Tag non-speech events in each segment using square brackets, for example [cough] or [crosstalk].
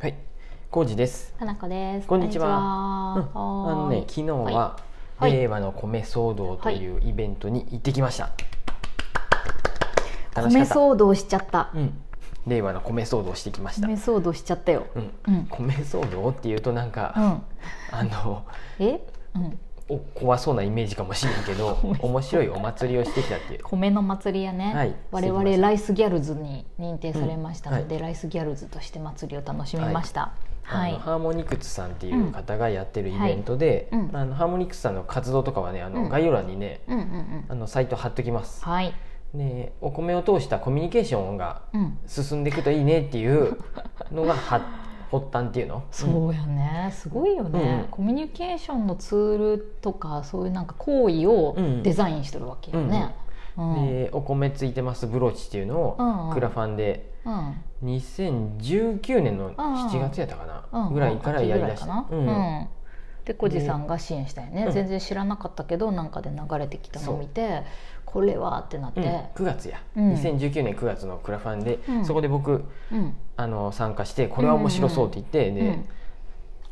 はい、康二です。花子です。こんにちはうん、あこのんにね、ち昨日は、はい令和の米騒動というイベントに行ってきました。は楽ーいしか米った。騒動しちゃった。うん、令和の米騒動してきました。米騒動しちゃったよ。うん、うん。米騒動っていうとなんうか、ん。あのえ？うん。お怖そうなイメージかもしれんけ [laughs] ど、面白いお祭りをしてきたっていう。米の祭りやね。はい我してきまし々たライスギャルズに認定されましたので、うライスギャルズとして祭りを楽しみました。はあい。のハーモニクスさんっていう方がやってるイベントで、うんはいうんあのハーモニクスさんの活動とかはねあの、うん概要欄にねうんうんうん。あのサイト貼っときます、はい。でお米を通したコミュニケーションがうん。進んでいくといいねっていうのがは発端っていうのそうやね、すごいよね、うんうんコミュニケーションのツールとかそういうなんか行為をうんうんデザインしてるわけよね。うんうんうんでお米ついてますブローチっていううんのうをんクラファンで2019年の7月やったかうんなぐらいからやりだし秋たぐらいかうな、んうんで小路さんが支援したよね、うん全然知らなかったけどなんかで流れてきたのを見てこれはってなっうて、ん9月やうん2019年9月のクラファンでうんそこで僕うんあの参加してこれは面白そうって言ってうでん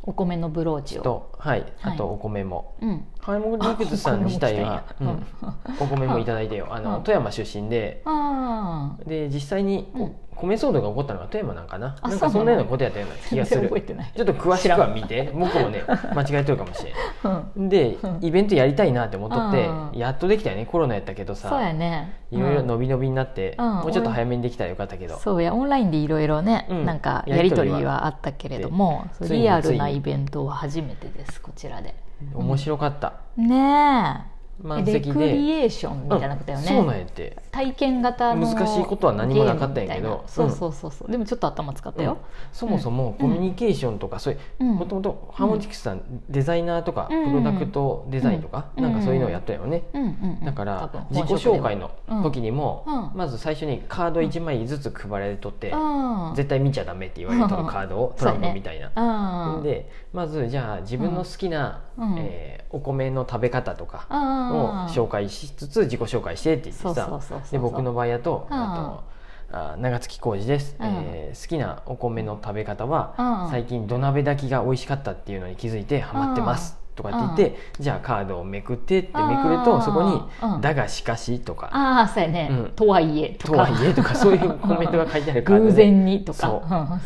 お米のブローチを、とはいあとお米もうん、ハイモリクスさん自体はあお米うんおも来米もいただいてよあのうん富山出身であーで実際にこううん米騒動が起こったのが富山なんかな、あなんかそそんうなよなのうなことやったような気全がす然る覚えてないちょっと詳しくは見て僕 [laughs] もね間違えとるかもしれんうんでイベントやりたいなって思っとってうんやっとできたよねコロナやったけどそうやさねいろいろうん伸び伸びになって、うんもうちょっと早めにできたらよかったけど、そうやオンラインでいろいろね、うんなんかややりりととりりははあったけれどもでそうリアついルにつないにイベントは初めてですこちらで面白かったねえ満レ席クでリエーションみたいなことよね、うんそうなんやって体験型の難しいことは何もなかったんやけどゲームみたいなそうそうそうそう、でもちょっと頭使ったよ、そもそもコミュニケーションとか、そういううんもともとハーモニクスさんデザイナーとか、うんプロダクトデザインとか、うんなんかそういうのをやったよね、うんうんうんだから多自分己紹介の時にうんもうんまず最初にカード1枚ずつ配られとって本職ではうん絶対見ちゃダメって言われとるカードをトそうラやンねプみたいな。うんうんでまずじゃあ自分の好きなうんえーお米の食べ方とかをうん紹介しつつ自己紹介してって言っそてうそさうそうそうで僕の場合やとうんあとあ長月浩二ですうんえー好きなお米の食べ方うはん最近土鍋炊きが美味しかったっていうのに気づいてハマってますとかって言ってじゃあカードをめくってってめくるうとんそこに「うんだがしかし」とかああそうやね、うんとはいえ「ととかはいえ」とかそういうコメントが書いてあるカード偶で然にとか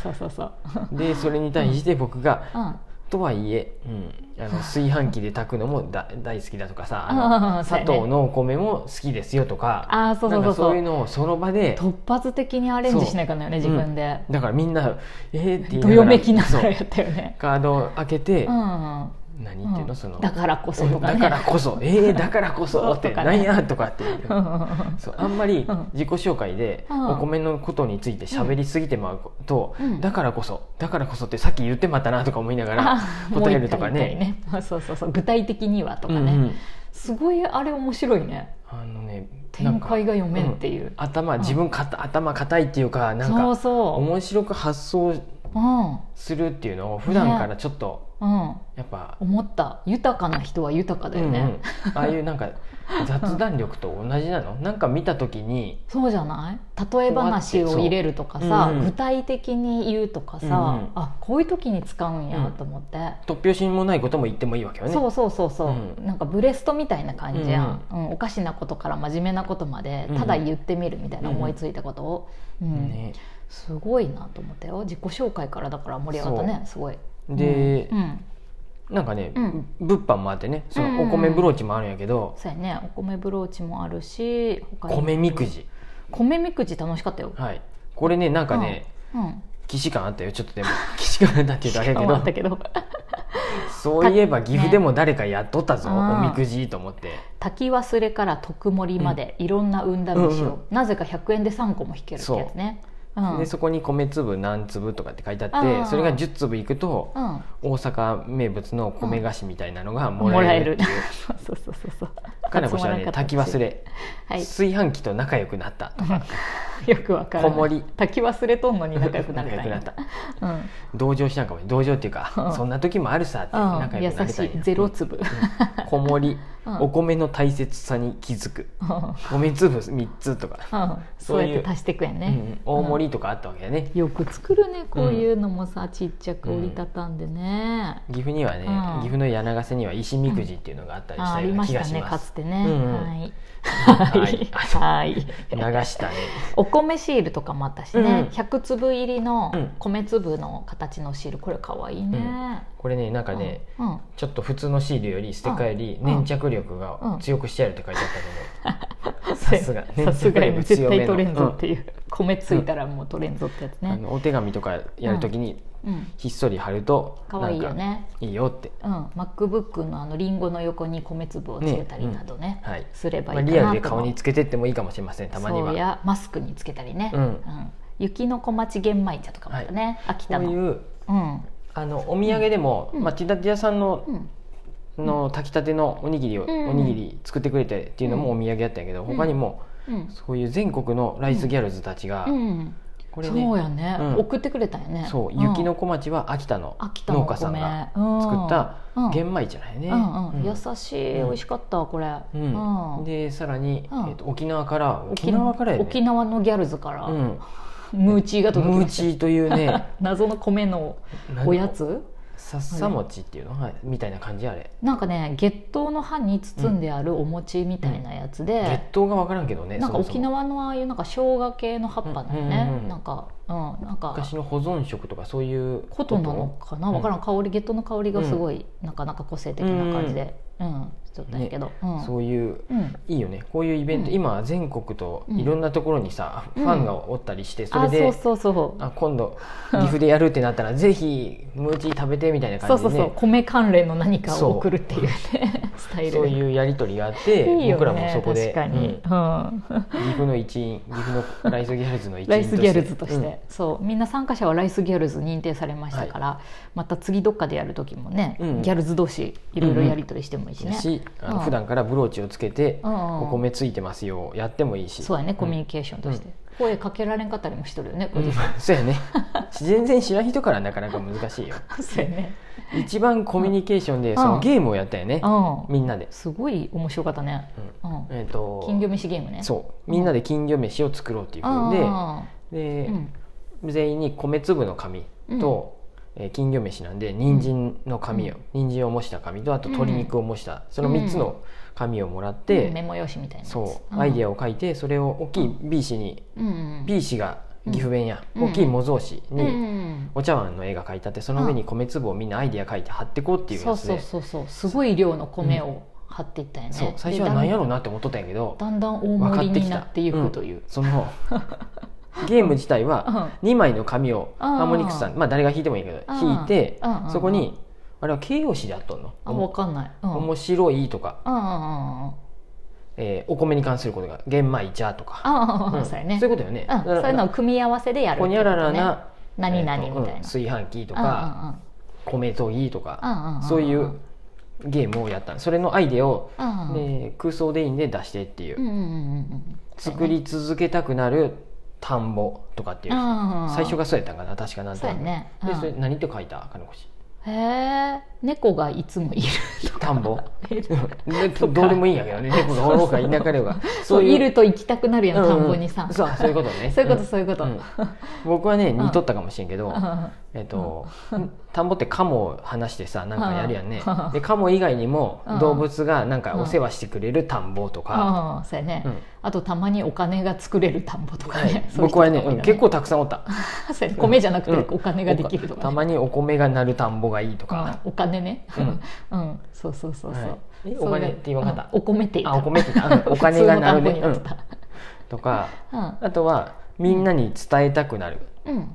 そうんそうそうそうでそれに対して僕が「うんとはいえ、うん、 [laughs] あの炊飯器で炊くのもだ大好きだとかさああのー砂そうやね糖のお米も好きですよとかああそうそうなんそうかそうそいううのをその場で突発的にアレンジしないかんのよねそ自う分で、だからみんな「えー、って言いなどがよらめきながそらうやったよねカードを開けて、うん何言っていうのそのだからこそとかねだからこそ「えー、だからこそ」っそうて「とかなねんや」とかっていう。うんうんうんそうあんまりうん自己紹介でうんお米のことについて喋りすぎてまうと、うんだからこそだからこそってさっき言ってまったなとか思いながらあ答えるとかもう一回言ね。いたいね [laughs] そうそうそう具体的にはとかね、うんうんすごいあれ面白いねあのね展開が読めんってういう、頭ん自分かた頭硬いっていうかなんそうかそ面白く発想う、うんするっていうのを普段からちょっとうん、やっぱ、思った豊かな人は豊かだよね、うんうんああいうなんか雑談力と同じなのなんか見た時にそうじゃない例え話を入れるとかさ、そううんうん具体的に言うとかさ、うんうんあこういう時に使うんやと思って、突拍子もないことも言ってもいいわけよね。そうそうそうそう、うなんかブレストみたいな感じやん、うんおかしなことから真面目なことまでただ言ってみるみたいなうんうん思いついたことを、うんね、すごいなと思ったよ自己紹介からだから盛り上がったねすごいで、うんうんなんかね、うん物販もあってねそうんのうおん米ブローチもあるんやけど、そうやねお米ブローチもあるし他にも米みくじ、米みくじ楽しかったよ、はい、これねなんかね、うん既視感あったよちょっとでも [laughs] 既視感あったっていうとあれやけ [laughs] あどあったけどそういえば岐阜でも誰かやっとったぞ、ねおみくじと思って炊き忘れから特盛りまでいろんな運試しを、うんうんなぜか100円で3個も引けるってやつねうんでそこに米粒何粒とかって書いてああってーそれが10粒いくとうん大阪名物の米菓子みたいなのがももららええるっる [laughs] ていう。そうそうそうそうかなこちゃんね炊き忘れ、はい [laughs] 炊飯器と仲良くなったとかよくわからないこもり滝忘れとんのに仲良くなれた仲ん良くなやったうん同情したんかもね同情っていうか、うんそんな時もあるさってう仲ん、良くな優れたしんやいゼロ粒、うんこもり、うんお米の大切さに気づくうんうん米粒3つとか、そうやっそういうて足していくやんうね、ん、大盛りとかあったわけだね、よく作るねこういうのもさ、ちっちゃく折りたたんでね、岐阜にはね、うん岐阜の柳ヶ瀬には石みくじっていうのがあったりしあたあよりうまなし気がたしねまかすつてね、うんはいはい [laughs] はい流したねお米シールとかもあったしね、うん100粒入りのうん米粒の形のシールこれかわいいね、これねなんかうんね、うんちょっと普通のシールよりステッカーよりうん粘着力が強くしてあるって書いてあったさすがさすがに絶対取れ強めんのぞっていう、米ついたらもう取れんぞってやつけど、ね、あのお手紙とかやるときにうん、ひっそり貼るとかわいいよなんかねいいよってうん、MacBook のあのリンゴの横に米粒をつけたりなどねうんはいすればまいいあ、かなとリアルでも顔につけてってもいいかもしれませんたまにそうはやマスクにつけたりね、うん雪の小町玄米茶とかもあったね、秋こ田うのいううんあのお土産でも、うんまあ、ティタティ屋さんの,、うんの炊きたてのおにぎりを、うんおにぎり作ってくれてっていうのもお土産やったんやけど、うん他にもうんそういう全国のライスギャルズたちが、うんこれねそうやね、うん送ってくれたよねそう、ん雪の小町は秋田の秋田の農お米家さんが作作った玄米米じゃないね、うんうんうん優しい、美味しかったわこれ、うんうんでさらに、うんえっと沖縄から沖縄からやね沖縄のギャルズから、うん、ムーチーが届きムーましチたーというね [laughs] 謎の米のおやつさっさ餅っていうの、はい、みたいな感じあれなんかね月桃の葉に包んであるお餅みたいなやつで、月頭が分からんけどねなんかそもそも沖縄のああいうなんか生姜系の葉っぱだよね、うんうんうんなんかうんなんか昔の保存食とかそういうことなのかなわからん香りゲットの香りがすごい、なかなか個性的な感じでうん、ちょっとやけど、うんそういううんいいよねこういうイベント、うん今全国とうんいろんなところにさ、うんファンがおったりしてそあれで、そうそうそうあ今度岐阜でやるってなった [laughs] らぜひムーチー食べてみたいなそ感うじそでうねそう米関連の何かそうを送るっていう [laughs] ねスタイルそういうやり取りがあっていいよね僕らもそこで確かに、うんうん岐阜の一員岐阜のライスギャルズの一員ライスギャルズとして、うんそうみんな参加者はライスギャルズ認定されましたから、また次どっかでやる時もね、うんギャルズ同士いろいろやり取りしてもいいしね、しあのうん普段からブローチをつけてうんうんお米ついてますよやってもいいしそうやねコミュんニケーションとして、声かけられんかったりもしとるよねこうれんそうや [laughs] ね全然知らん人からなかなか難しいよそうやね一番コミュニケーションでんそのうんゲームをやったよね [laughs] うんみんなですごい面白かったね、うんえっと金魚飯ゲームねうそうみんなで金魚飯を作ろうっていうふうであでーうん全員に米粒の紙と、えー金魚飯なんで人参の紙を、人参を模した紙とあと鶏肉を模した、その3つの紙をもらって、うんメモ用紙みたいなやつそう、アイディアを書いてそれを大きい B 紙に、うん B 紙が岐阜弁や、うん大きい模造紙うんうにんお茶碗の絵が書いてあってその上に米粒をみんなアイディア書いて貼ってこうっていうそやうつそうでそうそうすごい量の米を張っていったよね、そう最初は何やろうななって思っとったんやけどだんだん大分か盛っりてにきなたっていくという、そのゲーム自体は2枚の紙をうんハーモニクスさんまあ誰が弾いてもいいけどうん弾いてうんうんうんそこにあれは形容詞であっとんのあ分かんない、うん、面白いとか、うんうんうんうんえーお米に関することが玄米茶とかああ、うんそうやねそういうことよねうん、そういうのを組み合わせでやるほにゃららってことねな何々みたいな、えーとうん炊飯器とか米とぎとうんうんうん、うんかうんんそういうゲームをやったのそれのアイデアをうんうんで空想でいいんで出してっていううんうんうんうん作り続けたくなる田んぼとかっていう最最初がそうやったんかな確かなんとそうなやくね、でうんそれ何って書いた金子氏へえ猫がいつ [laughs] もいる田ん [laughs] ぼとかでどうでもいいんやけどね猫がおろうか田舎ではそういると行きたくなるやん、田んぼにさ、そうそういうことねそういうことそういうこと、ん僕はね似とったかもしれんけど、えっと、田んぼってカモを話して [laughs] さなんかやるやんねうんでカモ以外にもうん動物がなんかうんお世話してくれる田んぼとか、ああそうやね、うんあとたまにお金が作れる田んぼとかはいね、 [laughs] そういう人僕はねうん結と構たくさんおったかもいるね [laughs] そうやね米じゃなくうんてお金ができるとたか、ねまにお米が鳴る田んぼがいいとか、うんお金ねうん [laughs] うん、そうそうそうそう、はいえそれお金って今方うんお米って言っあたお米って言ったうんお金がなるね [laughs] 普通の田んぼになってたとかうんあとはみんなに伝えたくなるうん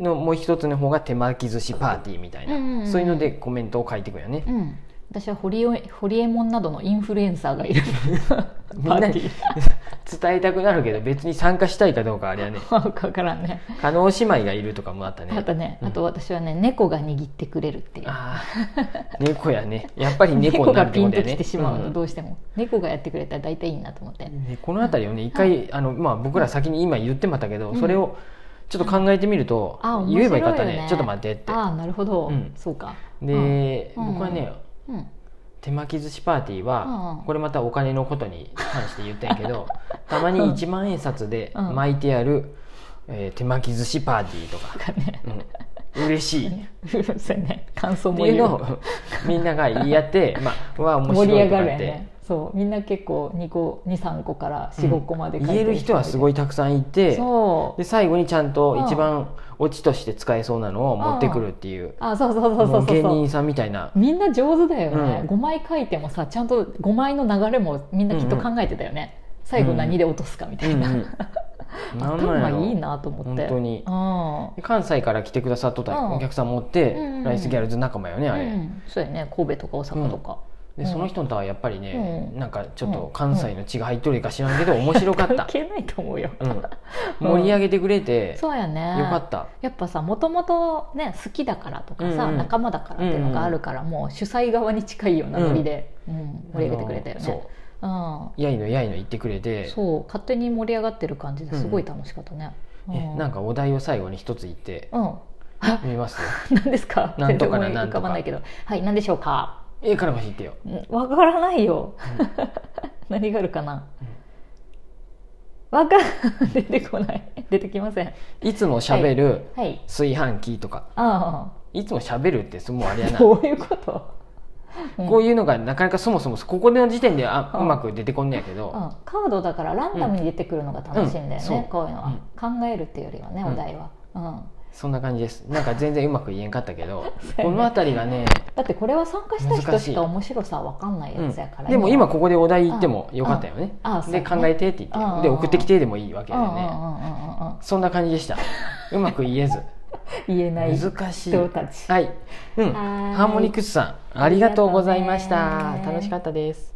のもう一つの方が手巻き寿司パーティーみたいな、うんうんうんそういうのでコメントを書いていくんよね、うん、 [laughs] 私はホリエホリエモンなどのインフルエンサーがいるみんなにパーティー [laughs] 伝えたくなるけど別に参加したいかどうかあれはねわからんね加納姉妹がいるとかもあったねあとね、うんあと私はね猫が握ってくれるっていうああ猫やねやっぱり猫猫にながるってピこンとやとねきてしまうの、んどうしても猫がやってくれたら大体いいなと思って、ね、この辺りをね一回あの、まあ、僕ら先に今言ってまったけど、うんそれをちょっと考えてみると、あ面白い言えばよかったよねねちょっと待ってってああなるほど、うんそうかで、うん僕はねうん、うん手巻き寿司パーティーうんは、うんこれまたお金のことに関して言ったんやけ [laughs] どたまに1万円札でうん巻いてある、えー手巻き寿司パーティーとか、とかね [laughs] うん、嬉しいっそうね感想てもいう言のうをみんなが言い合ってまあうわ面白盛りい上とがかるっやて、ねそうみんな結構2個23個からう45ん、個まで書いて言える人はすごいいたくさんいてそうで最後にちゃんとうん一番オチとして使えそうなのを持ってくるっていうあそうそうそうもそううそう芸そう人さんみたいなみんな上手だよね、うん5枚書いてもさちゃんと5枚の流れもみんなきっと考えてたよね、最後何で落とすかみたうんいな、うんなんなんや頭ろいいなと思って本当にう関西から来てくださっとったうんお客さん持ってうんうんライスギャルズ仲間よねあん、うれん、そうやね神戸とか大阪とか、でその人とはやっぱりねうんなんかちょっと関西の血が入っとるか知らんけど面白かっ関た係ないと思うよ、うん盛り上げてくれてよそうやねかったやっぱさもともとね好きだからとかさ、うんうん仲間だからっていうのがあるから、もう主催側に近いようなノリで、うん盛り上げてくれたよあのねそうんうやいのやいの言ってくれてそう勝手に盛り上がってる感じですごい楽しかったね、うんえなんかお題を最後に一つ言ってうん見ます [laughs] 何ですかなんとかな全然思いなんとか浮ばないけどはい何でしょうかえからまし言ってよんわからないよ [laughs] 何があるかなわか [laughs] 出てこない出てきませんいつもしゃべるはい炊飯器とかあいつもしゃべるってすもうあれや [laughs] あなどういうことうんこういうのがなかなかそもそもここでの時点であうんうまく出てこんねやけど、うんカードだからランダムに出てくるのが楽しいんだよね、うんそうこういうのは、考えるっていうよりはねお題は、うんそんな感じですなんか全然うまく言えんかったけど [laughs] そうやねこの辺りがね、だってこれは参加した人難しいしか面白さわかんないうやんつやから、でも今ここでお題言ってもよかったよね、ああそうでね考えてって言って、うんうんうんで送ってきてでもいいわけうだんうよんうんね、うんうんうんそんな感じでしたうまく言えず言えない難しい人たちはい、うん、はーいハーモニクスさんありがとうございましたありがとうね楽しかったです